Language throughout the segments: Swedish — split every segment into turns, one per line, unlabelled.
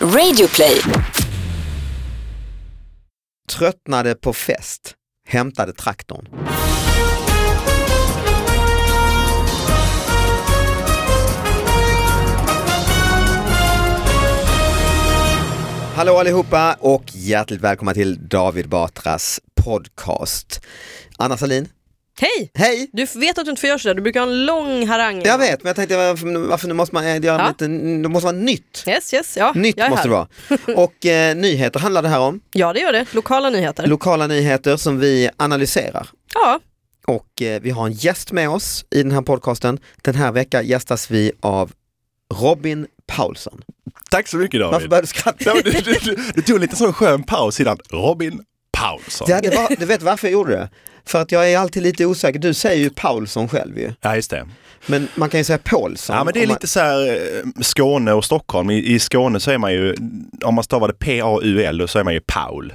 Radioplay.
Tröttnade på fest, hämtade traktorn. Hallå allihopa och hjärtligt välkomna till David Batras podcast. Anna Salin,
Hej!
hej!
Du vet att du inte får göra sådär, du brukar ha en lång harang.
Jag vet, men jag tänkte varför, varför nu måste man eh, göra
Ja.
lite, det måste vara nytt.
Yes, yes, ja.
Nytt
jag är
måste det
här.
vara. Och eh, nyheter handlar det här om.
Ja, det gör det. Lokala nyheter.
Lokala nyheter som vi analyserar.
ja,
Och eh, vi har en gäst med oss i den här podcasten. Den här veckan gästas vi av Robin Paulsson.
Tack så mycket
Varför
David.
började du skratta?
Nej, men du, du, du, du tog lite sån skön paus innan. Robin Paulsson.
Ja, det var, du vet varför jag gjorde det? För att jag är alltid lite osäker. Du säger ju Paulsson själv ju.
Ja just det.
Men man kan ju säga Paulsson.
Ja men det är
om man,
lite så här eh, Skåne och Stockholm. I, I Skåne så är man ju, om man stavar det P-A-U-L så är man ju Paul.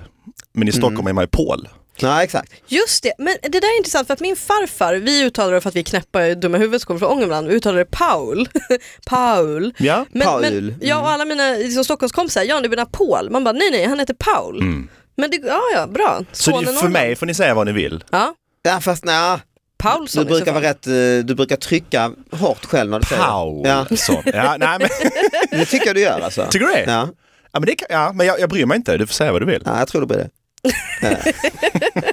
Men i Stockholm är man ju Paul.
Ja, exakt.
just det. Men det där är intressant för att min farfar, vi uttalade det för att vi är knäppa i dumma huvudet som kommer från Ångermanland, vi uttalade det Paul. Paul.
Ja.
Men,
Paul. Mm.
Men, ja, och alla mina liksom, Stockholmskompisar, ja du menar Paul? Man bara nej nej, han heter Paul.
Mm.
Men det, ja ja, bra.
Så det,
Sonen
är- för mig
Ångermanland.
får ni säga vad ni vill.
Ja,
Ja, fast nej,
Paulsson
du
i så
brukar
fall.
vara rätt, eh, du brukar trycka hårt själv när du säger det. Ja,
Paulsson. Ja, nej, men,
det tycker jag du gör alltså.
tycker du det? Ja.
Ja,
men, det kan, ja, men jag, jag bryr mig inte, du får säga vad du vill.
ja jag tror du blir det.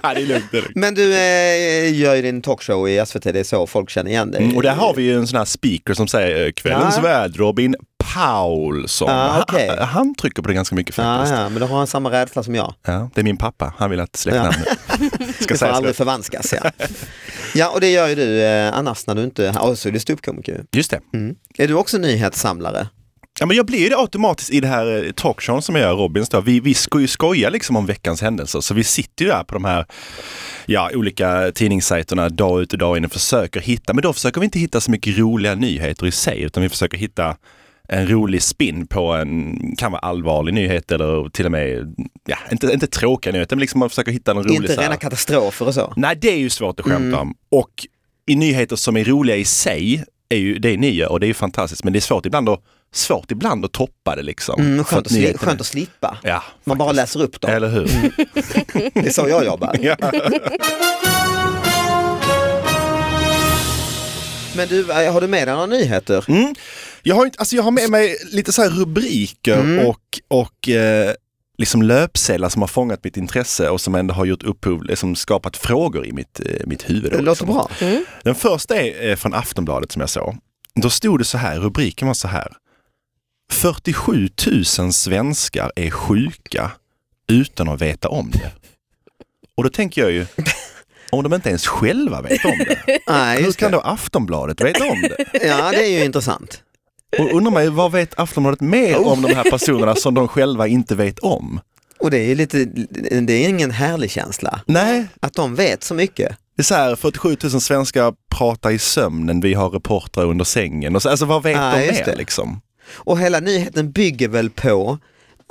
Ja, det är lugnt. det är lugnt.
Men du eh, gör ju din talkshow i SVT, det är så folk känner igen dig.
Mm, och där har vi ju en sån här speaker som säger eh, kvällens
Ja.
värd Robin Paulsson.
Ja, okej.
han, han trycker på det ganska mycket faktiskt.
Ja, ja, men då har han samma rädsla som jag.
Ja, det är min pappa. Han vill att släktnamnet ska
Det får
sägas.
aldrig förvanskas. Ja. ja, och det gör ju du eh, annars när du inte är här. Och så är du ståuppkomiker. ju.
Just det.
Är du också nyhetssamlare?
Ja, men jag blir ju det automatiskt i det här eh, talkshowen som jag gör, Robins. Då. Vi, vi sko- skojar liksom om veckans händelser, så vi sitter ju där på de här ja, olika tidningssajterna dag ut och dag in och försöker hitta, men då försöker vi inte hitta så mycket roliga nyheter i sig, utan vi försöker hitta en rolig spin på en, kan vara allvarlig nyhet eller till och med, ja, inte, inte tråkiga nyheter, men liksom man försöker hitta en rolig... så
inte
här-
rena katastrofer och så?
Nej, det är ju svårt att skämta
Mm.
om. Och i nyheter som är roliga i sig, är ju det ni gör och det är ju fantastiskt. Men det är svårt ibland att, svårt ibland att toppa det liksom.
Mm,
För
skönt, att sli-
nyheterna-
skönt att slippa.
Ja,
Man bara läser upp dem. Mm.
eller hur?
Det är så jag jobbar.
Ja.
Men du, eh, har du med dig några nyheter?
Mm. Jag har, ju inte- alltså jag har med mig lite så här rubriker
Mm.
och, och eh, liksom löpsedlar som har fångat mitt intresse och som ändå har gjort upphov, liksom skapat frågor i mitt, eh, mitt huvud. då,
Det låter
liksom.
bra.
Den första är eh, från Aftonbladet som jag såg. Då stod det så här, rubriken var så här. 47 000 svenskar är sjuka utan att veta om det. Och då tänker jag ju, om de inte ens själva vet om det,
Nej,
hur
just
kan
det.
då Aftonbladet veta om det?
Ja, det är ju intressant.
Och undrar man ju, vad vet Aftonbladet mer om de här personerna som de själva inte vet om?
Och det är ju lite, det är ingen härlig känsla.
Nej,
Att de vet så mycket.
det är så här, 47 000 svenskar pratar i sömnen, vi har reportrar under sängen. Och så, alltså vad vet
Ja,
de
just
mer
det.
liksom?
Och hela nyheten bygger väl på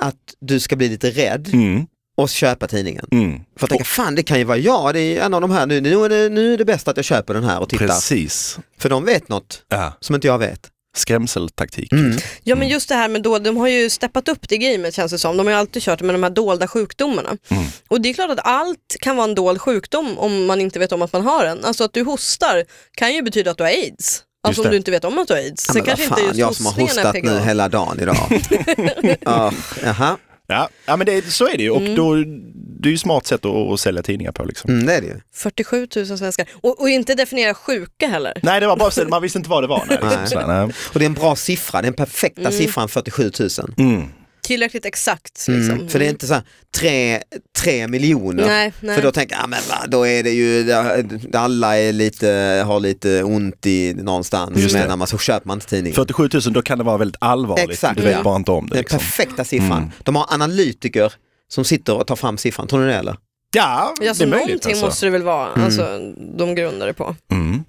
att du ska bli lite rädd
Mm,
och köpa tidningen.
mm.
För att tänka, fan det kan ju vara jag, det är en av de här, nu, nu, är det, nu är det bäst att jag köper den här och tittar.
Precis.
För de vet något
Ja.
som inte jag vet. Mm.
Skrämseltaktik.
Ja men just det här med dolda, de har ju steppat upp det gamet känns det som. De har ju alltid kört med de här dolda sjukdomarna.
Mm.
Och det är klart att allt kan vara en dold sjukdom om man inte vet om att man har den. Alltså att du hostar kan ju betyda att du har aids. Alltså
det.
om du inte vet om att du har aids.
Ja, men
Sen
vad
kanske inte
fan,
just
jag som har
hostningen är
hostat
PGA.
nu hela dagen idag. Ah, Jaha,
Ja, ja men det, så är det ju. Och då, det är ju ett smart sätt att, att sälja tidningar på. Liksom.
mm, det är det ju.
47 000 svenskar. Och, och inte definiera sjuka heller.
Nej, det var bara så, man visste inte vad det var. Nej, liksom,
Nej.
Så, här, nej.
Och det är en bra siffra, den perfekta
Mm.
siffran 47 000.
Mm.
Tillräckligt exakt.
Mm.
Liksom.
För det är inte så här tre, tre miljoner.
Nej, nej.
För då tänker jag, ah, men va, då är det ju, alla är lite, har lite ont i någonstans,
Just det.
men annars så köper man inte tidningen.
47 000, då kan det vara väldigt allvarligt.
Exakt,
du vet
ja.
bara inte om det.
Den
Liksom.
perfekta siffran. De har analytiker som sitter och tar fram siffran, tror ni det eller?
Ja,
Ja,
det
så
är möjligt.
någonting
Alltså.
måste det väl vara, alltså, de grundar det på.
Mm.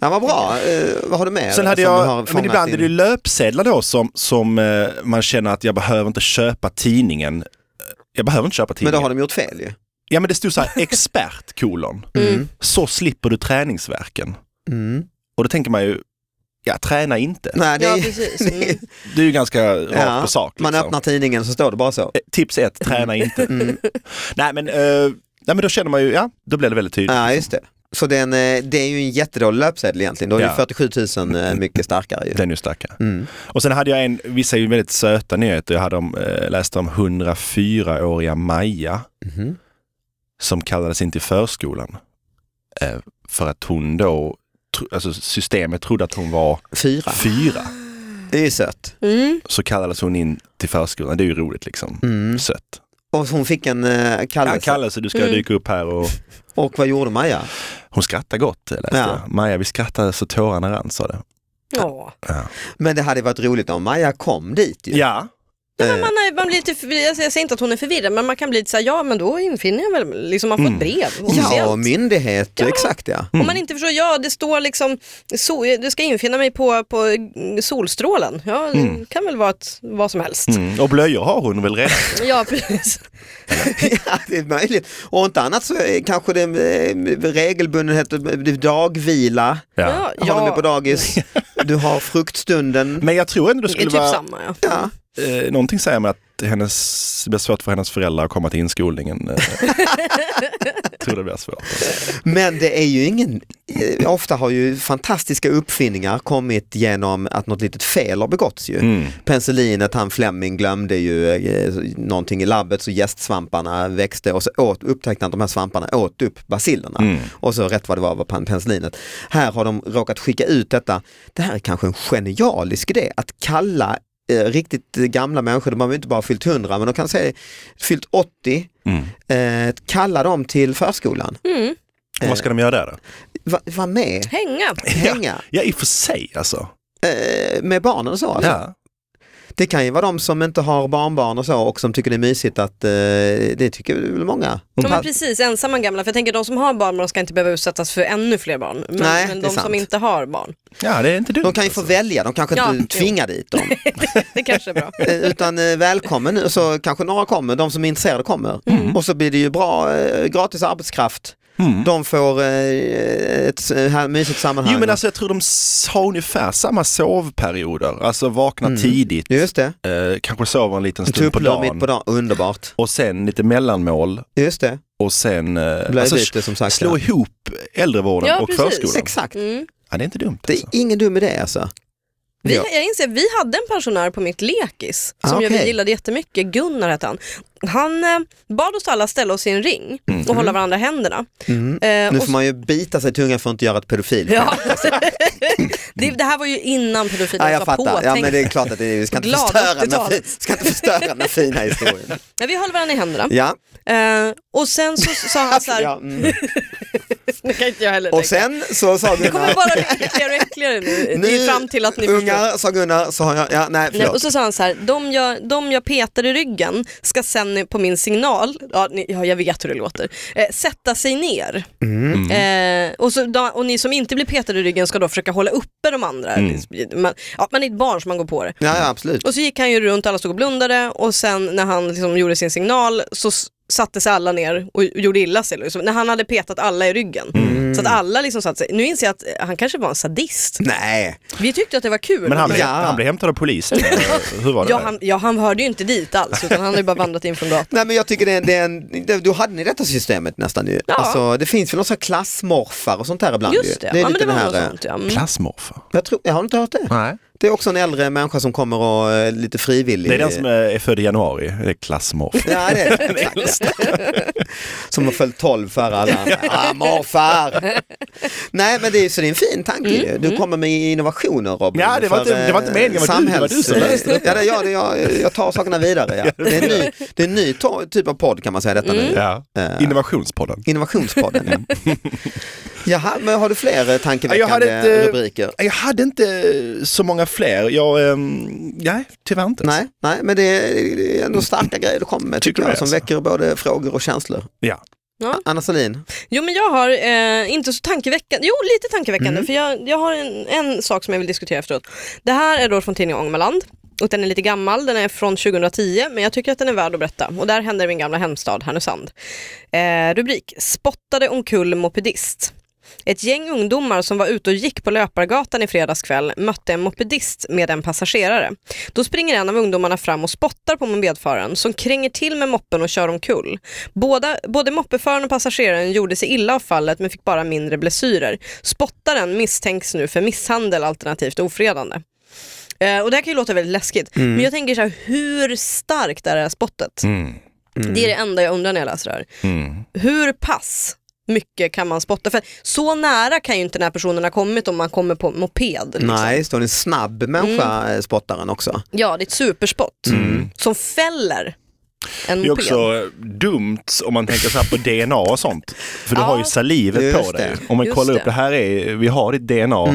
Ja, vad bra, eh, vad har du med
Sen hade
som du
jag, men
fångat
ibland
din-
är det ju löpsedlar då som, som eh, man känner att jag behöver inte köpa tidningen. Jag behöver inte köpa
Men
tidningen.
då har de gjort fel ju.
Ja men det stod så här, expert kolon.
Mm.
Så slipper du träningsverken.
Mm.
Och då tänker man ju, ja, träna inte.
Nej, det
ja,
är,
precis.
det är-
Mm.
Det är ju ganska rakt
ja,
på sak.
man
liksom.
öppnar tidningen så står det bara så.
Eh, Tips ett, träna
Mm.
inte. nej, men, eh, nej men då känner man ju, ja då blir det väldigt tydligt.
Ja, just det. Så det är, en, eh, det är ju en jättedålig löpsedel egentligen. Då är
Ja.
ju 47 000 eh, mycket starkare ju.
Den är ju starkare.
Mm.
Och sen hade jag en, vissa är ju väldigt söta nyheter. Jag hade om, eh, läste om 104-åriga Maja
Mhm.
som kallades in till förskolan. Eh, för att hon då, tro, alltså systemet trodde att hon var
Fyra.
fyra.
Det är ju sött.
Mm.
Så kallades hon in till förskolan. Det är ju roligt liksom.
Mm.
Sött.
Och hon fick en eh, kallelse.
Ja, kallelse, du ska
Mm.
dyka upp här och
Och vad gjorde Maja?
hon skrattar gott. eh, Läste
Ja.
jag. Maja, vi skrattade så tårarna rann sa det.
Ja.
Men det hade varit roligt om Maja kom dit ju.
Ja,
Eh,
Man, är, man blir lite, förvirrad. jag säger inte att hon är förvirrad men man kan bli lite såhär, ja men då infinner jag väl, liksom man får ett brev.
Mm. ja, Mm.
officiellt.
och myndighet, exakt ja.
Om man inte förstår, ja det står liksom, so, du ska infinna mig på, på mm, Solstrålen. Ja, det
Mm.
kan väl vara ett, vad som helst.
mm. och blöjor har hon väl redan.
Ja, precis.
ja. Det är möjligt. Och inte annat så är kanske det eh, regelbundenhet, eh, dagvila,
Ja, ja.
har du med på dagis, du har fruktstunden.
Men jag tror ändå det
Det är
skulle
typ
vara
samma ja.
Ja.
eh, någonting säger mig att hennes, det blir svårt för hennes föräldrar att komma till inskolningen. eh. Jag tror det blir svårt.
Men det är ju ingen, eh, ofta har ju fantastiska uppfinningar kommit genom att något litet fel har begåtts ju.
Mm.
Penicillinet, han Fleming glömde ju eh, någonting i labbet så gästsvamparna växte och så åt, upptäckte han att de här svamparna åt upp basillerna.
Mm.
Och så rätt vad det var var pen- penicillinet. Här har de råkat skicka ut detta. Det här är kanske en genialisk idé att kalla eh, riktigt eh, gamla människor, de har ju inte bara fyllt 100 men de kan säga fyllt 80,
Mm.
eh, kalla dem till förskolan.
Och Vad ska de göra där då?
Va, var med,
Mm. Hänga.
hänga
Ja, i och för sig alltså.
eh, med barnen och så. Alltså.
Ja.
Det kan ju vara de som inte har barnbarn och så och som tycker det är mysigt att eh, det tycker väl
Mm.
många.
Ja, men precis, ensamma gamla. För jag tänker de som har barn de ska inte behöva utsättas för ännu fler barn. Men,
Nej,
men
det
de
är
som
sant.
inte har barn,
ja, det är inte dumt.
De kan ju få
alltså.
välja, de kanske inte
Ja,
tvingar dit dem.
det kanske är bra.
Eh, Utan eh, välkommen nu, så kanske några kommer, de som är intresserade kommer. Och så blir det ju bra eh, gratis arbetskraft. De får eh, ett eh, här mysigt sammanhang.
Mm. Jo men alltså jag tror de s- har ungefär samma sovperioder, alltså vakna tidigt,
Just det,
eh, kanske sover en liten stund på
tupplur mitt
dagen
på dagen, underbart.
och sen lite mellanmål
Just det,
och sen eh,
blöjbyte
alltså,
som sagt.
slå Alltså. ihop äldrevården
Ja,
och
precis.
förskolan.
Exakt,
Mm.
Ja, det är inte dumt.
det
Alltså.
är ingen dum idé alltså.
Vi,
Ja.
Jag inser, vi hade en pensionär på mitt lekis som
Ah,
jag
okej.
gillade jättemycket, Gunnar hette han. Han eh, bad oss alla ställa oss i en ring och hålla varandra i händerna. Eh,
Mm. Nu
och
får man ju bita sig i tungan för att inte göra ett pedofil.
Ja. det, det här var ju innan pedofilen
Ja, jag
var på.
fattar. Ja,
tänk-
men det är klart att det, vi ska inte
Glada
förstöra den här
80-talet.
fi- ska inte förstöra den här fina historien.
Men vi höll varandra i händerna.
Ja.
Eh, och sen så så sa han så här,
Ja, mm.
det kan inte jag heller
Och
tänka.
sen så sa
Det kommer
Gunnar,
bara bli äckligare och äckligare nu. Det är ju fram till att ni förstår.
ungar sa Gunnar, så har jag, ja, nej
Nej,
förlåt.
och så sa han så här, de jag, de jag petar i ryggen ska sen på min signal, ja, ni, ja jag vet hur det låter, eh, sätta sig ner.
Mm.
Mm.
Eh, och, så, da- och ni som inte blir petade i ryggen ska då försöka hålla uppe de andra.
Mm.
Man, ja, man är ett barn som man går på det.
Ja, ja absolut.
Och så gick han ju runt, alla stod och blundade och sen när han liksom gjorde sin signal så s- satte sig alla ner och gjorde illa sig. Liksom. När han hade petat alla i ryggen.
Mm.
Så att alla liksom satte sig. Nu inser jag att eh, han kanske var en sadist.
Nej,
Vi tyckte att det var kul.
Men han blev,
Ja.
han blev hämtad av polisen. eller Hur var det?
Ja
där?
han, mm. ja, han hörde ju inte dit alls utan han hade ju bara vandrat in från gatan.
nej men jag tycker det är, det är en, det, då hade ni detta systemet nästan ju.
Ja.
Alltså, det finns väl någon sån här klassmorfar och sånt där ibland ju.
Just det,
är
ja, men
lite
det var
den
något
här, eh,
sånt ja. Mm.
Klassmorfar?
jag, tror, jag har inte hört det.
Nej.
Det är också en äldre människa som kommer och eh, lite frivillig.
Det är den som eh, är född i januari, det är klassmorfar.
Ja, det är det. Exakt. Som har följt 12 före alla andra. Ah, morfar! Nej men det är, så det är en fin tanke ju. Du kommer med innovationer Robin.
Ja, det var inte-
eh,
det var inte meningen, det var du- det var du som
samhälls-
läste
ja, det, ja, det, jag, jag tar sakerna vidare. Ja. Det är en ny, det är en ny to- typ av podd kan man säga detta
Mm.
nu.
Ja.
Eh,
Innovationspodden.
Innovationspodden. ja. Jaha, men har du fler eh,
Ja, jag
tankeväckande
hade ett, eh,
rubriker?
Jag hade inte så många fler. Jag, ehm, nej, tyvärr inte.
Nej, nej, men det är det är ändå starka grejer du kommer med,
Tycker
tycker
du
jag,
det,
som
alltså?
väcker både frågor och känslor.
Ja.
Anna Salin,
Jo men jag har, eh, inte så tankeväckande, jo lite tankeväckande
Mm.
för jag, jag har en, en sak som jag vill diskutera efteråt. Det här är då från tidningen Ångermanland och den är lite gammal, den är från 2010 men jag tycker att den är värd att berätta och där händer i min gamla hemstad Härnösand. Eh, rubrik, spottade omkull mopedist. Ett gäng ungdomar som var ute och gick på Löpargatan i fredags kväll mötte en mopedist med en passagerare. Då springer en av ungdomarna fram och spottar på mopedföraren som kränger till med moppen och kör omkull. Båda, både moppeföraren och passageraren gjorde sig illa av fallet men fick bara mindre blessyrer. Spottaren misstänks nu för misshandel alternativt ofredande. Eh, och det här kan ju låta väldigt läskigt, men jag tänker så här, hur starkt är det här spottet?
Mm.
Det är det enda jag undrar när jag läser det här. Hur pass mycket kan man spotta? För så nära kan ju inte den här personen ha kommit om man kommer på moped. Liksom. Mm.
Nej, står en snabb människa, eh, spottaren också.
Ja, det är ett superspott
Mm.
som fäller en
Det är
moped.
också dumt om man tänker så här på DNA och sånt. För du
Ja.
har ju salivet på
Just
dig.
det.
Om man
Just
kollar upp,
det. Mm.
det här är, vi har ditt DNA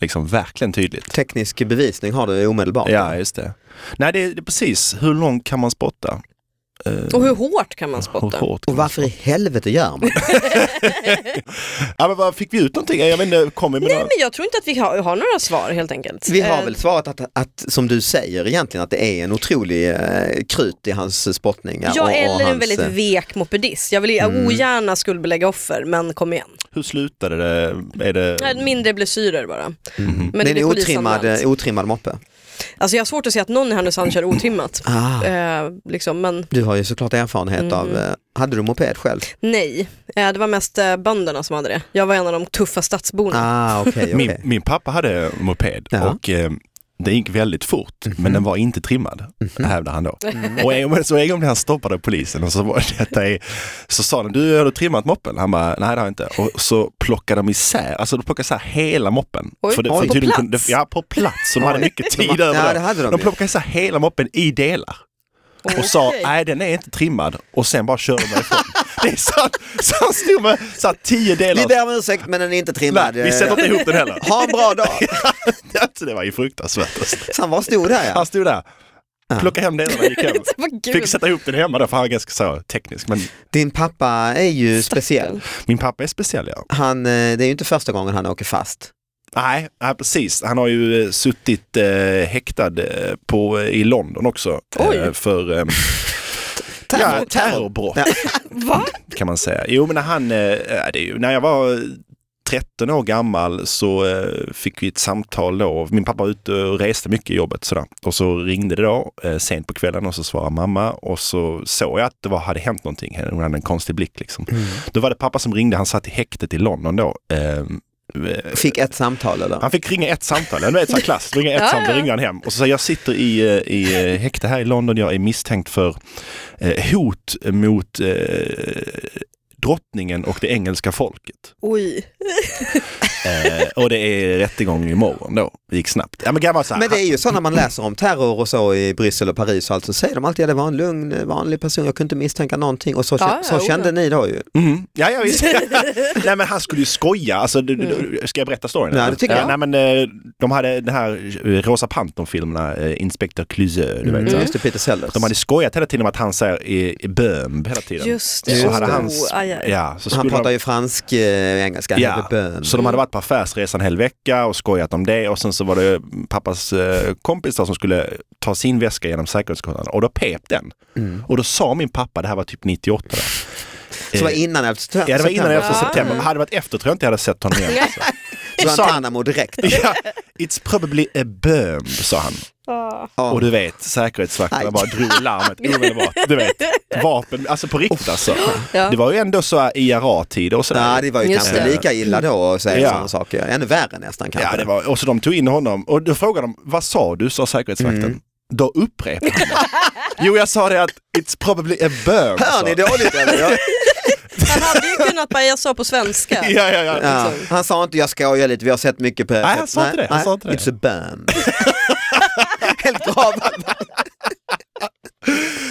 liksom verkligen tydligt.
Teknisk bevisning har du omedelbart.
Ja, just det. Nej, det är, det är precis. Hur långt kan man spotta?
Och hur hårt kan man spotta?
Hur hårt?
Och varför i helvete gör man?
Ja, men vad fick vi ut någonting? Jag vet inte, kom vi med
Nej,
något?
men jag tror inte att vi har, har några svar helt enkelt.
Vi har
Eh,
väl svarat att, att, som du säger egentligen, att det är en otrolig eh, krut i hans spottningar.
Ja,
och- och
eller en
hans,
väldigt
eh,
vek mopedist. Jag vill ju
Mm.
ogärna skuldbelägga offer, men kom igen.
Hur slutade det? Är det... Mhm.
Nej, Mindre blessyrer bara. Men
Men
det
det är
blir
en otrimmad,
polisanmält.
eh, otrimmad moppe.
Alltså jag har svårt att se att någon i Härnösand kör otrimmat.
Ah.
Eh, Mm. liksom, men
Du har ju såklart erfarenhet av, eh, hade du moped själv?
Mm. nej, eh, det var mest eh, bönderna som hade det. Jag var en av de tuffa stadsborna.
Ah, okej, okej.
Min, min pappa hade moped
Ja. Mhm.
och eh, det gick väldigt fort, men den var inte trimmad, hävdar han då.
Mm.
Och en, gång- så en gång blev han stoppad av polisen och så, var detta i, så sa de, du har du trimmat moppen? Han bara, nej det har jag inte. Och så plockade de isär, alltså de plockade isär hela moppen.
Oj.
det,
Oj. På
tydligen
plats?
kunde- ja, på plats. Så de hade
Oj.
mycket
De
tid
har-
över
ja,
det.
det hade de
de
ju.
plockade isär hela moppen i delar och sa nej den är inte trimmad och sen bara körde de ifrån. Det är så, så han stod med så här, tio
Vi
delar.
ber om ursäkt men den är inte trimmad.
Nej, vi sätter inte ihop den heller.
eh, Ha en bra dag.
Alltså, det var ju fruktansvärt. alltså.
Så han var stor där ja.
Han stod där, plockade hem delarna och gick hem.
Vad gud.
Fick sätta ihop den hemma då, för han är ganska så teknisk. Men
Din pappa är ju speciell.
min pappa är speciell ja.
Han, eh, det är ju inte första gången han åker fast.
Nej, nej precis. Han har ju eh, suttit eh, häktad eh, på, i London också. Eh, för eh, ja, terrorbrott
Ja.
Va?
kan man säga. Jo, men när han, eh, det är ju, när jag var 13 år gammal så eh, fick vi ett samtal då. Min pappa var ute och reste mycket i jobbet sådär. Och så ringde det då eh, sent på kvällen och så svarade mamma och så såg jag att det var, hade hänt någonting. Hon hade en konstig blick liksom.
Mm.
Då var det pappa som ringde. Han satt i häktet i London då. Eh, eh,
Fick ett samtal eller?
han fick ringa ett samtal, en vet så här klass, ringa ett
Ja,
samtal,
ja.
ringde han hem. Och så sa jag sitter i, eh, i eh, häkte här i London, jag är misstänkt för eh, hot mot eh, drottningen och det engelska folket.
Oj.
Eh, och det är rättegång imorgon då, det gick snabbt. Ja men gammal så här,
Men det är ju så när man läser om terror och så i Bryssel och Paris och allt så säger de alltid att det var en lugn vanlig person, jag kunde inte misstänka någonting och så,
Ja,
kä-
ja,
så
oja.
kände ni då ju.
Mm. Ja, ja visst. nej men han skulle ju skoja. Alltså, du, du, ska jag berätta storyn?
Mm. Nej, det tycker
ja,
jag.
Nej, men, eh, de hade den här eh, Rosa Pantern-filmerna, eh, Inspektör Clouseau, du vet. så här.
Mm. Just det, Peter Sellers.
Mm. De hade skojat hela tiden om att han säger i, i böm hela tiden.
Just
Så
det.
hade
Just det.
hans,
Oh, aj, aj.
ja, så
Han
skulle
pratar
de,
ju fransk, eh, engelska,
Ja,
bön.
så de hade varit på affärsresan en hel vecka och skojat om det och sen så var det pappas eh, kompis där som skulle ta sin väska genom säkerhetskontrollen och då pep den.
Mm.
Och då sa min pappa, det här var typ 98 där.
Så var
Eh,
innan 11 september.
Ja det var innan 11
Ja.
september. Hade det varit efter tror jag inte jag hade sett honom igen. alltså. Så sa han,
Guantanamo direkt.
ja, it's probably a böm, sa han.
Ja.
Och du vet, säkerhetsvakterna
Aj.
bara drog larmet omedelbart. Du vet, vapen, alltså på riktigt alltså.
Ja.
Det var ju ändå så här IRA-tider och sådär.
Ja, det var ju
Just
kanske
det.
lika illa då att säga
Ja.
sådana saker. Ännu värre nästan kanske.
Ja, det var, och så de tog in honom och då frågade de, vad sa du, sa säkerhetsvakten.
Mm.
Då upprepade han det. Jo, jag sa det att it's probably a bög.
Hör
sa
ni
han.
dåligt eller? Ja.
Han hade ju kunnat bara, jag sa på svenska.
Ja, ja, ja.
Ja.
Liksom.
Han sa inte jag skojar lite, vi har sett mycket på...
Nej, han sa inte det, han sa inte det.
It's a bam. Helt bra.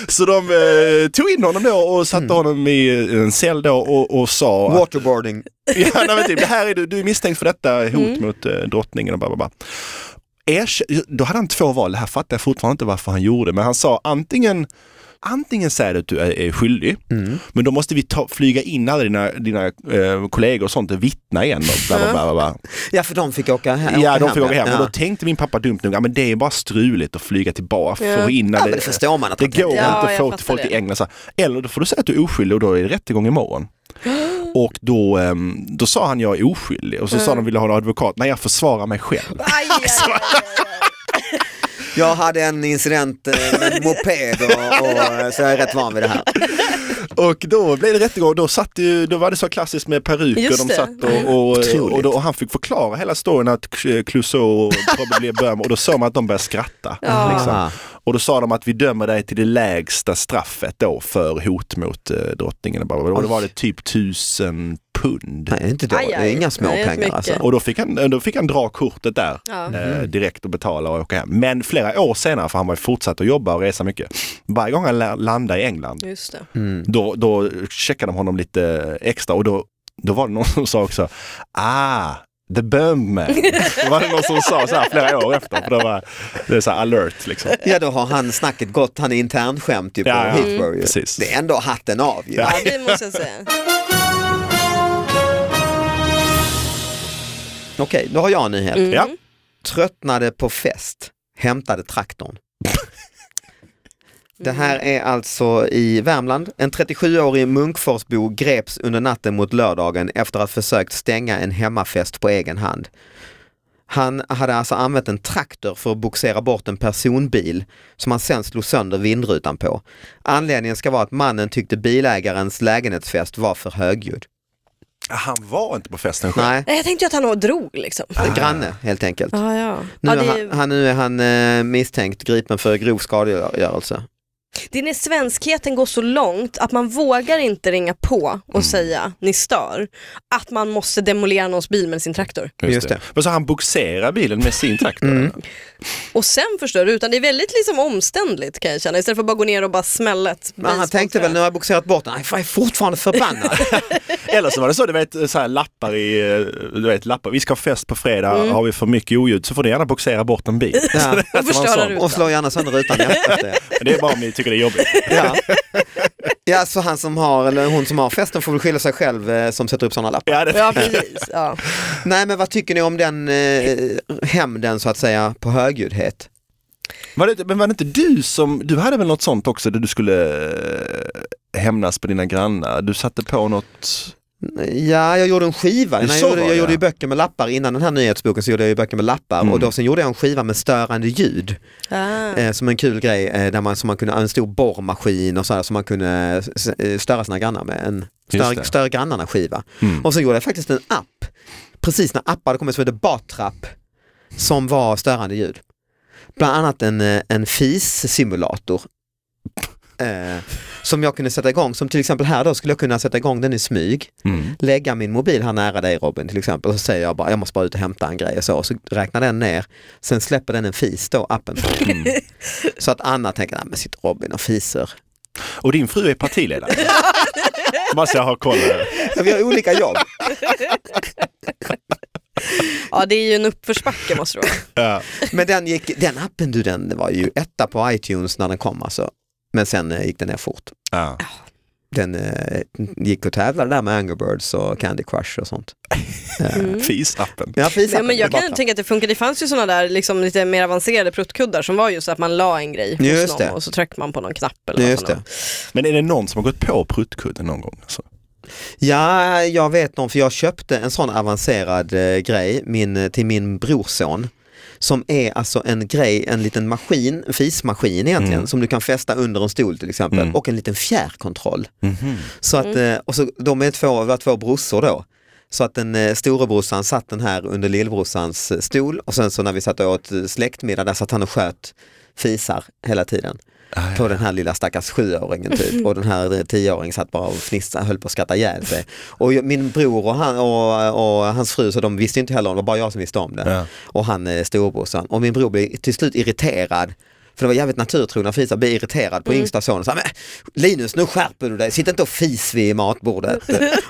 Så de eh, tog in honom då och satte
Mm.
honom i eh, en cell då och, och sa att-
Waterboarding.
Ja, nej, men typ, det här är du, du är misstänkt för detta hot
Mm.
mot eh, drottningen och bla bla bla. Erk- då hade han två val, det här fattar jag fortfarande inte varför han gjorde, men han sa antingen Antingen säger du att du är, är skyldig,
Mm.
men då måste vi ta, flyga in alla dina, dina eh, kollegor och sånt och vittna igen. Och bla, bla, bla, bla, bla.
Ja, för de fick åka hem.
Ja, de får åka hem.
Ja.
Och då tänkte min pappa dumt nog, ja, men det är bara struligt att flyga tillbaka.
Ja.
För innan
Ja, men det förstår man att
det
han tänker.
går
Ja,
inte att
jag
få
fattar
till folk
det.
i England så här, eller då får du säga att du är oskyldig och då är det rättegång imorgon. Och då, ehm, då sa han jag är oskyldig och så
Mm.
sa de ville ha en advokat. Nej, jag försvarar mig själv.
Aj, aj, aj, aj.
Jag hade en incident eh, med moped och, och eh, så jag är rätt van vid det här.
Och då blev det rättegång. Då, satt ju, då var det så klassiskt med peruker.
Just
De
det.
satt och, och,
Otroligt.
och, då, och han fick förklara hela storyn att Cl- Clouseau probably böm och då såg man att de började skratta.
Ja.
Liksom.
Ah.
Och då sa de att vi dömer dig till det lägsta straffet då för hot mot eh, drottningen. Och bara- och då var det typ tusen pund.
Nej, inte då.
Aj, aj.
Det är inga små
Nej, det är
pengar
mycket.
alltså.
Och då fick, han, då fick han dra kortet där
Ja.
eh, direkt och betala och åka hem. Men flera år senare, för han var ju fortsatt att jobba och resa mycket, varje gång han la- landade i England,
Just det.
då, då checkade de honom lite extra och då, då var det någon som sa också, ah, the Böhmman. Då var det någon som sa så här flera år efter, för det var det är så här alert liksom.
Ja då har han snacket gått, han är internskämt typ, ju på
Ja, ja.
Mm.
Heathrow ju.
Precis.
Det är ändå hatten av ju.
Ja, det måste jag säga.
Okej, då har jag en nyhet.
Ja.
Tröttnade på fest, hämtade traktorn. Det här är alltså i Värmland. En 37-årig Munkforsbo greps under natten mot lördagen efter att ha försökt stänga en hemmafest på egen hand. Han hade alltså använt en traktor för att boxera bort en personbil som han sen slog sönder vindrutan på. Anledningen ska vara att mannen tyckte bilägarens lägenhetsfest var för högljudd.
Han var inte på festen själv.
Nej,
Nej, Jag tänkte ju att han nog drog liksom.
en granne helt enkelt.
Ja, ja.
Nu,
ja
är
det,
han, han, nu är han eh, misstänkt gripen för grov skadegörelse.
det är när svenskheten går så långt att man vågar inte ringa på och säga ni stör. Att man måste demolera någons bil med sin traktor.
Just det. Mm.
Men så han boxerar bilen med sin traktor.
Och sen förstör du, utan det är väldigt liksom omständligt kan jag känna. Istället för att bara gå ner och bara smälla ett
Men han
baseballträ.
tänkte väl, nu har jag boxerat bort den, Nej, fan, jag är fortfarande förbannad.
Eller så var det så, du vet, så här lappar i, eh, du vet, lappar. Vi ska ha fest på fredag, har vi för mycket oljud så får ni gärna boxera bort en bil.
Ja.
Det var en
förstöra
sån.
rutan.
Och slår gärna sönder rutan efter det.
Men Det är bara om ni tycker det är jobbigt.
Ja. ja, så han som har, eller hon som har festen får väl skylla sig själv eh, som sätter upp sådana lappar.
Ja, det,
Ja, precis. Ja.
Nej, men vad tycker ni om den eh, hämnden så att säga på högljuddhet?
Var det, inte- men var det inte du som, du hade väl något sånt också där du skulle eh, hämnas på dina grannar? Du satte på något...
Ja, jag gjorde en skiva.
Det
Nej,
så
jag gjorde,
var
jag
det,
gjorde ju
ja.
böcker med lappar innan den här nyhetsboken så gjorde jag ju böcker med lappar och då sen gjorde jag en skiva med störande ljud.
Ah.
Eh, som en kul grej, eh, där man, som man kunde, en stor borrmaskin och sådär som man kunde eh, s- eh, störa sina grannar med. En
det.
stör, stör grannarna skiva. Och så gjorde jag faktiskt en app, precis när appar hade kommit så hette Batrapp, som var störande ljud. Bland annat en, eh, en FIS-simulator. Eh, som jag kunde sätta igång, som till exempel här då skulle jag kunna sätta igång den i smyg, lägga min mobil här nära dig Robin till exempel, och så säger jag bara jag måste bara ut och hämta en grej och så, och så räknar den ner, sen släpper den en fis då, appen.
Mm.
Så att Anna tänker, nej men sitter Robin och fiser.
Och din fru är partiledare. Måste jag ha koll.
Ja, Vi har olika jobb.
ja, det är ju en uppförsbacke måste det vara.
Ja.
Men den, gick, den appen du, den var ju etta på iTunes när den kom alltså. Men sen eh, gick den ner fort.
Ja.
Den eh, gick och tävlade där med Angry Birds och Candy Crush och sånt.
Mm.
Fisappen.
Ja,
Ja, men jag kan ju tänka att det funkar. Det fanns ju sådana där liksom, lite mer avancerade pruttkuddar som var just att man la en grej hos
Just
någon
det.
och så tryckte man på någon knapp eller
Just
vad fan
det.
Men är det någon som har gått på pruttkudden någon gång? Alltså?
Ja, jag vet någon, för jag köpte en sån avancerad eh, grej min, till min brorson som är alltså en grej, en liten maskin, en fismaskin egentligen, som du kan fästa under en stol till exempel och en liten fjärrkontroll. Så att, eh, och så, de är två, var två brorsor då. Så att den eh, storebrorsan satt den här under lillebrorsans eh, stol och sen så när vi satt och åt eh, släktmiddag där satt han och sköt fisar hela tiden.
Ah,
På den här lilla stackars sjuåringen typ och den här eh, tioåringen satt bara och fnissade, höll på att skratta ihjäl sig. Och jag- min bror och, han, och, och hans fru så de visste inte heller om det, det var bara jag som visste om det.
Ja.
Och han eh, storebrorsan. Och min bror blev till slut irriterad för det var jävligt naturtrogna fisar, blev irriterad
Mm.
på yngsta sonen. Så, här, men, Linus nu skärper du dig, sitt inte och fis vid matbordet.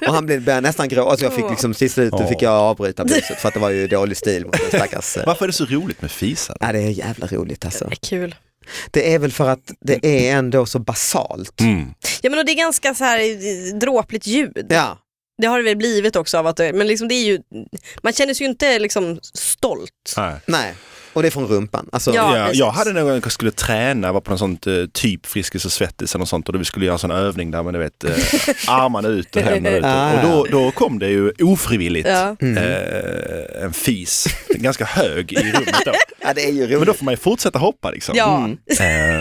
och han blev, började nästan gråta, så jag fick liksom till slut
Åh.
fick jag avbryta buset för att det var ju dålig stil mot den stackars. eh.
Varför är det så roligt med fisar?
Ja det är jävla roligt alltså.
det är. Kul.
Det är väl för att det
Mm.
är ändå så basalt.
Ja, men och det är ganska så här eh, dråpligt ljud.
Ja,
Det har det väl blivit också av att det, men liksom det är ju, man känner sig ju inte liksom stolt.
Nej.
nej. Och det är från rumpan. Alltså,
Ja,
Ja,
precis.
jag hade någon gång jag skulle träna, var på något sånt eh, typ Friskis och Svettis eller något sånt och då vi skulle göra en sån övning där man du vet eh, armarna ut och händerna ut.
Ah.
Och då, då kom det ju ofrivilligt
Ja. Mm.
eh, en fis, ganska hög i rummet då.
ja, det är ju
Men
roligt.
då får man ju fortsätta hoppa liksom.
Ja.
Mm.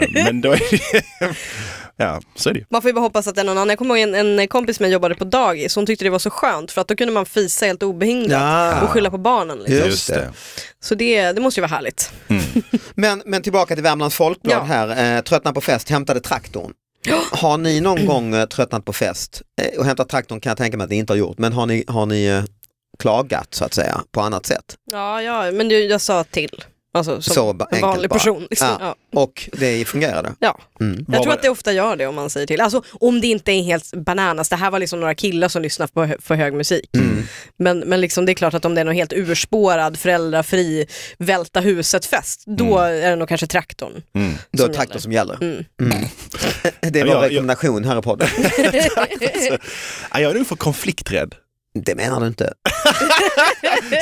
Eh, men då är det, ja så är det ju.
Man får ju bara hoppas att det är någon annan. Jag kommer ihåg en, en kompis med jobbade på dagis. Hon tyckte det var så skönt för att då kunde man fisa helt obehindrat
Ja.
och skylla på barnen. Liksom.
Just det.
Så det, det måste ju vara härligt.
Mm.
Men, men tillbaka till Värmlands Folkblad
Ja.
här, eh, tröttnat på fest, hämtade traktorn. Har ni någon gång eh, tröttnat på fest eh, och hämtat traktorn kan jag tänka mig att ni inte har gjort, men har ni, har ni eh, klagat så att säga på annat sätt?
Ja, ja men jag, jag sa till. Alltså som
Så ba-
en
enkelt
vanlig
bara.
person. Liksom.
Ja.
Ja.
Och det fungerade?
Ja.
Mm.
Jag
Vad
tror
var
att det ofta gör det om man säger till. Alltså om det inte är helt bananas. Det här var liksom några killar som lyssnade på hö- för hög musik.
Mm.
Men, men liksom, det är klart att om det är någon helt urspårad, föräldrafri, välta huset-fest, då
Mm.
är det nog kanske traktorn.
Mm.
Då är
Som
traktor
gäller.
som gäller.
Mm.
Mm. Det var
Ja, ja.
rekommendation här i podden.
Ja, Ah, jag är nog för konflikträdd.
Det menar du inte.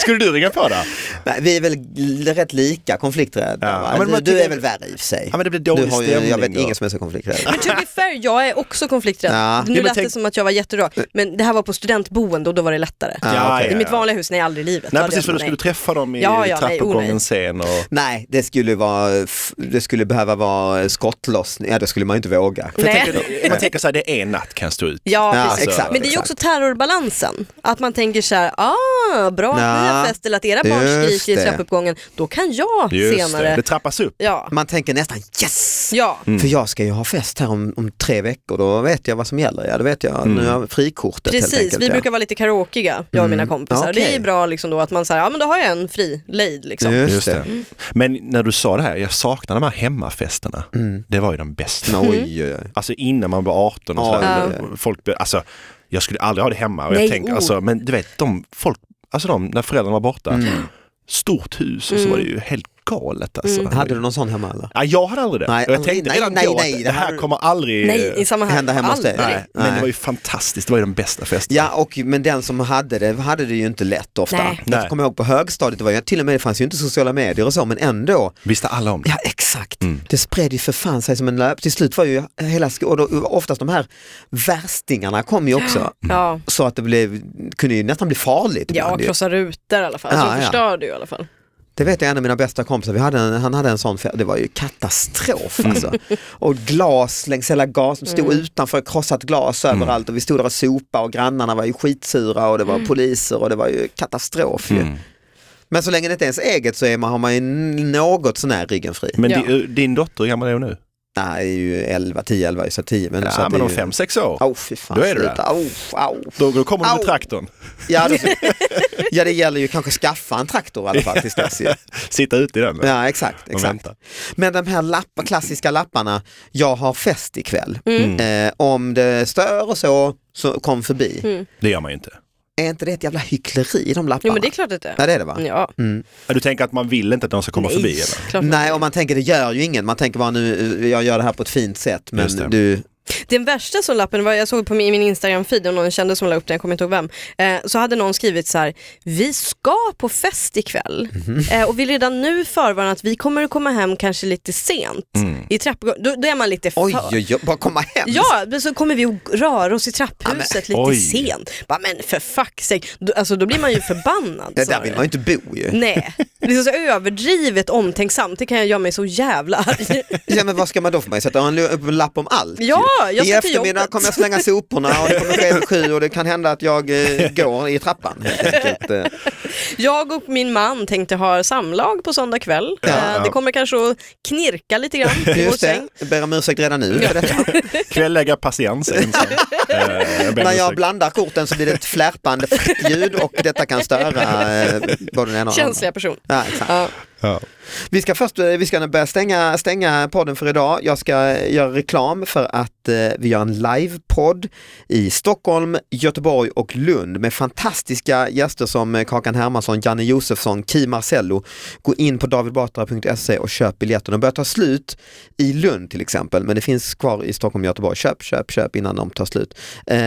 Skulle du ringa
Ah,
på det?
Nej, vi är väl l- rätt lika konflikträdda.
Ja.
va?
Ja, men man
du, du
tycker-
är väl värre i och för sig.
Ja, men det blir
du
dålig
har ju,
stämning.
jag vet
då.
ingen som är så konflikträdd.
Men to be fair, jag är också konflikträdd.
Ja.
Nu
Ja, men
lät det
tänk-
som att jag var jätterak, men det här var på studentboende och då var det lättare.
Ja,
Ah, okej.
ja,
I mitt
ja.
vanliga hus, nej aldrig i livet.
Nej
Hade
precis, för
jag-
då skulle du träffa dem i
Ja, ja, nej,
trappuppgången
oh, nej.
sen och
Nej, det skulle, vara, f- det skulle behöva vara skottlossning, ja det skulle man ju inte våga.
Nej.
Jag tänker- Man tänker så här, det är en natt kan jag stå ut.
Ja,
Ja,
precis.
exakt,
men det är ju
exakt.
också terrorbalansen. Att man tänker så här, ah, bra att ni har
Ja,
fest eller att era barn
just
skriker i
det.
trappuppgången, då kan jag
Just
senare.
det, det trappas upp.
Ja,
Man tänker nästan yes!
ja.
Mm.
För jag ska ju ha fest här om, om tre veckor, då vet jag vad som gäller. Ja, då vet jag,
Mm.
nu har jag frikortet helt
Precis,
enkelt. ja.
vi
Mm,
brukar vara lite karaokiga, jag och mina kompisar.
okej.
Det är ju bra liksom då att man säger, ja men då har jag en fri lejd liksom.
Just,
Just
det.
det. Men när du sa det här, jag saknar de här hemmafesterna.
Mm.
Det var ju de bästa.
Men
Mm.
Oj, oj, oj.
Alltså innan man var 18 och
Ja,
sådär.
ja.
Folk, blev- alltså, jag skulle aldrig ha det hemma. Och
Nej,
jag tänker,
oh.
alltså, men du vet, de, folk, alltså de, när föräldrarna var borta,
Mm.
stort hus
Mm.
och så var det ju helt galet. Alltså.
Hade du någon sån hemma eller?
Ja, jag hade aldrig det.
Nej,
och jag
aldrig.
tänkte
Nej,
redan
nej,
då
nej,
att
det
det
här-
här kommer aldrig...
Nej, i samma
Hända hemma hos dig.
Aldrig.
Nej, men det var ju fantastiskt, det var ju de bästa festerna.
Ja, och, men den som hade det hade det ju inte lätt ofta.
Nej.
Nej.
Jag kommer ihåg på högstadiet, det var ju till och med, det fanns ju inte sociala medier och så, men ändå
Visste alla om det?
Ja exakt, det spred ju för fan sig som en löp. Till slut var ju hela sk- och då, oftast de här värstingarna kom ju också.
Ja,
Så att det blev, kunde ju nästan bli farligt.
ja
ibland ju.
krossa rutor i alla fall. Alltså,
Ja,
de
ja.
förstör det ju i alla fall.
Det vet jag en av mina bästa kompisar, vi hade en, han hade en sån, fe- det var ju katastrof
Mm.
alltså. Och glas längs hela gas, som stod utanför, krossat glas
Mm.
överallt och vi stod där och sopade och grannarna var ju skitsura och det
Mm.
var poliser och det var ju katastrof ju. Men så länge det inte är ens eget så är man, har man ju något sån här ryggen fri.
Men
Ja.
di, din dotter, hur gammal är hon nu?
Nej, det är ju 11, 10, 11, så 10. Men, så
Ja,
att
men
det är
om
ju-
fem, sex år.
Au, fy fan.
Då är det
sluta.
det.
Au, au.
Då, då kommer du med
Au.
traktorn,
Ja, det, ja, det gäller ju kanske skaffa en traktor i alla fall tills dess. ju.
sitta ute i den.
Ja, exakt.
och
exakt.
vänta.
Men de här lappa, klassiska lapparna, jag har fest ikväll.
Mm.
Eh, om det stör och så, så kom förbi.
Det gör man ju inte.
Är inte det ett jävla hyckleri de lapparna?
Mm. Jo men det är klart att det
Ja,
är.
det är Mm. det va?
Ja,
Ja, Du tänker att man vill inte att någon ska komma förbi?
Nej,
Eller?
klart
Nej, och man tänker det gör ju ingen. Man tänker bara nu, eh, jag gör det här på ett fint sätt,
Just det.
men du,
Den värsta som lappen var, jag såg på min, i min Instagram-feed och någon kände som la upp den, jag kommer inte ihåg vem. Eh, så hade någon skrivit så här, vi ska på fest ikväll
Mhm.
eh, och vill redan nu förvarna att vi kommer att komma hem kanske lite sent i trappgången. Då, då är man lite
Mm. oj,
för-
oj, oj, bara komma hem.
Ja, men så kommer vi att röra oss i trapphuset lite
Oj.
sent. Bara, men för fuck's sake, då, alltså, då blir man ju förbannad.
Det där
snarare.
vill man ju inte bo ju.
Nej, det är så överdrivet omtänksamt, det kan jag göra mig så jävla arg.
Ja men vad ska man då för mig? Sätta en, upp en lapp om allt?
Ja, jag
I
ska till
eftermiddag
jobbet.
kommer jag slänga soporna och det kommer ske vid sju och det kan hända att jag eh, går i trappan. helt enkelt. Eh,
Jag och min man tänkte ha samlag på söndag kväll.
Ja.
Eh, Det kommer kanske att knirka lite grann i vår
Eh, Just det,
säng.
jag ber om ursäkt redan nu för detta.
Kvälllägga patiensen. Eh,
När jag blandar korten så blir det ett flärpande ljud och detta kan störa eh, både den ena och den andra.
Känsliga person.
Ja, exakt.
Ja.
Ja.
Vi ska först eh, vi ska börja stänga, stänga podden för idag. Jag ska eh, göra reklam för att eh, vi gör en livepodd i Stockholm, Göteborg och Lund med fantastiska gäster som eh, Kakan Hermansson, Janne Josefsson, Ki Marcello. Gå in på davidbatra.se och köp biljetter. De börjar ta slut i Lund till exempel, men det finns kvar i Stockholm och Göteborg. Köp, köp, köp innan de tar slut. Eh,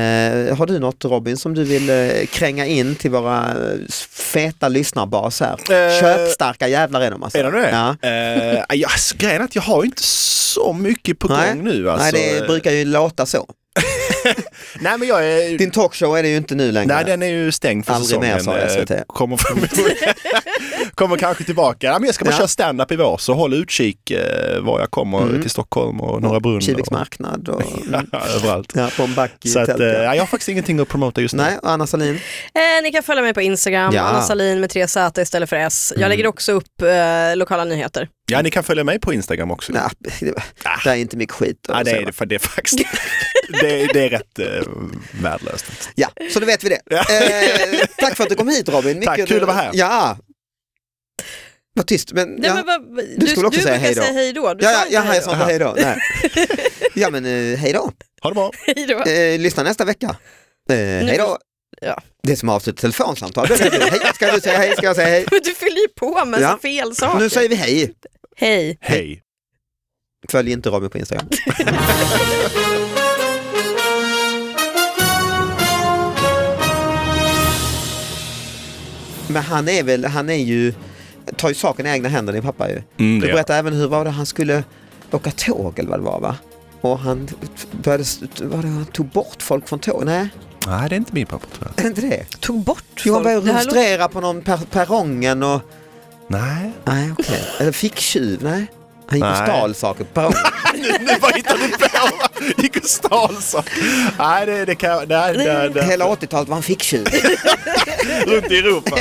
har du något Robin som du vill eh, kränga in till våra eh, feta lyssnarbas här?
Eh,
Köpstarka jävlar är är de. Alltså.
Är det det?
Ja.
Eh, ja, alltså, grejen är att jag har ju inte så mycket på gång
Nej.
nu. Alltså.
Nej, det brukar ju låta så.
Nej, men jag är...
Din talkshow är det ju inte nu längre.
Nej, den är ju stängd för
Aldrig
säsongen.
mer, sa SVT.
Eh, Kommer, förmodligen- kommer kanske tillbaka. Ja, men jag ska bara
Ja.
köra stand-up i vår, så håll utkik eh, var jag kommer
Mm.
till Stockholm och Norra Brunn.
Kiviks
och-
marknad och
Ja, överallt.
ja, på en back i
Så att, eh,
tältet.
ja, jag har faktiskt ingenting att promota just nu.
Nej, och Anna Salin.
Eh, ni kan följa mig på Instagram,
Ja. Mm.
Anna Salin med tre Z istället för S. Jag lägger också upp eh, lokala nyheter.
Ja, ni kan följa mig på Instagram också.
Nej, det, det är inte mycket skit.
Ja,
att
Ah. det,
säga.
är, det- för det är faktiskt det, är- det är rätt eh, värdelöst. faktiskt.
Ja, så då vet vi det. Eh, tack för att du kom hit Robin.
Tack, kul att vara här.
Ja. Vad tyst, men...
Nej,
ja.
men vad- du
skulle också
du
säga
brukar
hej då.
säga hej då. Du
Ja,
sa
ja,
inte
ja, jag sa inte
Aha.
hej då. Nej. Ja men eh, hej då.
Ha det bra.
hej då.
Eh, lyssna nästa vecka. Eh, hej då.
Ja.
Det är som att avsluta ett telefonsamtal. Det är det. Hej, ska du säga hej? Ska jag säga hej?
Men du fyller ju på med
Ja.
så fel saker.
Nu säger vi hej.
Hej.
Hej.
Följ inte Robin på Instagram. Men han är väl, han är ju, tar ju saken i egna händer din pappa ju.
Mm,
Du
det gör
berättade även hur var det han skulle åka tåg eller vad det var va? Och han började, var det, han tog bort folk från tåg? Nej,
Nej, det är inte min pappa tror jag.
är det inte det?
Tog bort
Jo, han
folk.
började
Det här låter-
rumstrera på någon per, perrongen och,
Nej.
nej okej, eller ficktjuv, nej. Han gick och
Nej.
stal saker på perrongen.
nu, nu bara hittar du på! Gick och stal så. Nej, det, det kan jag... Nej, nej, nej.
Hela 80-talet var han ficktjuv.
Runt i Europa.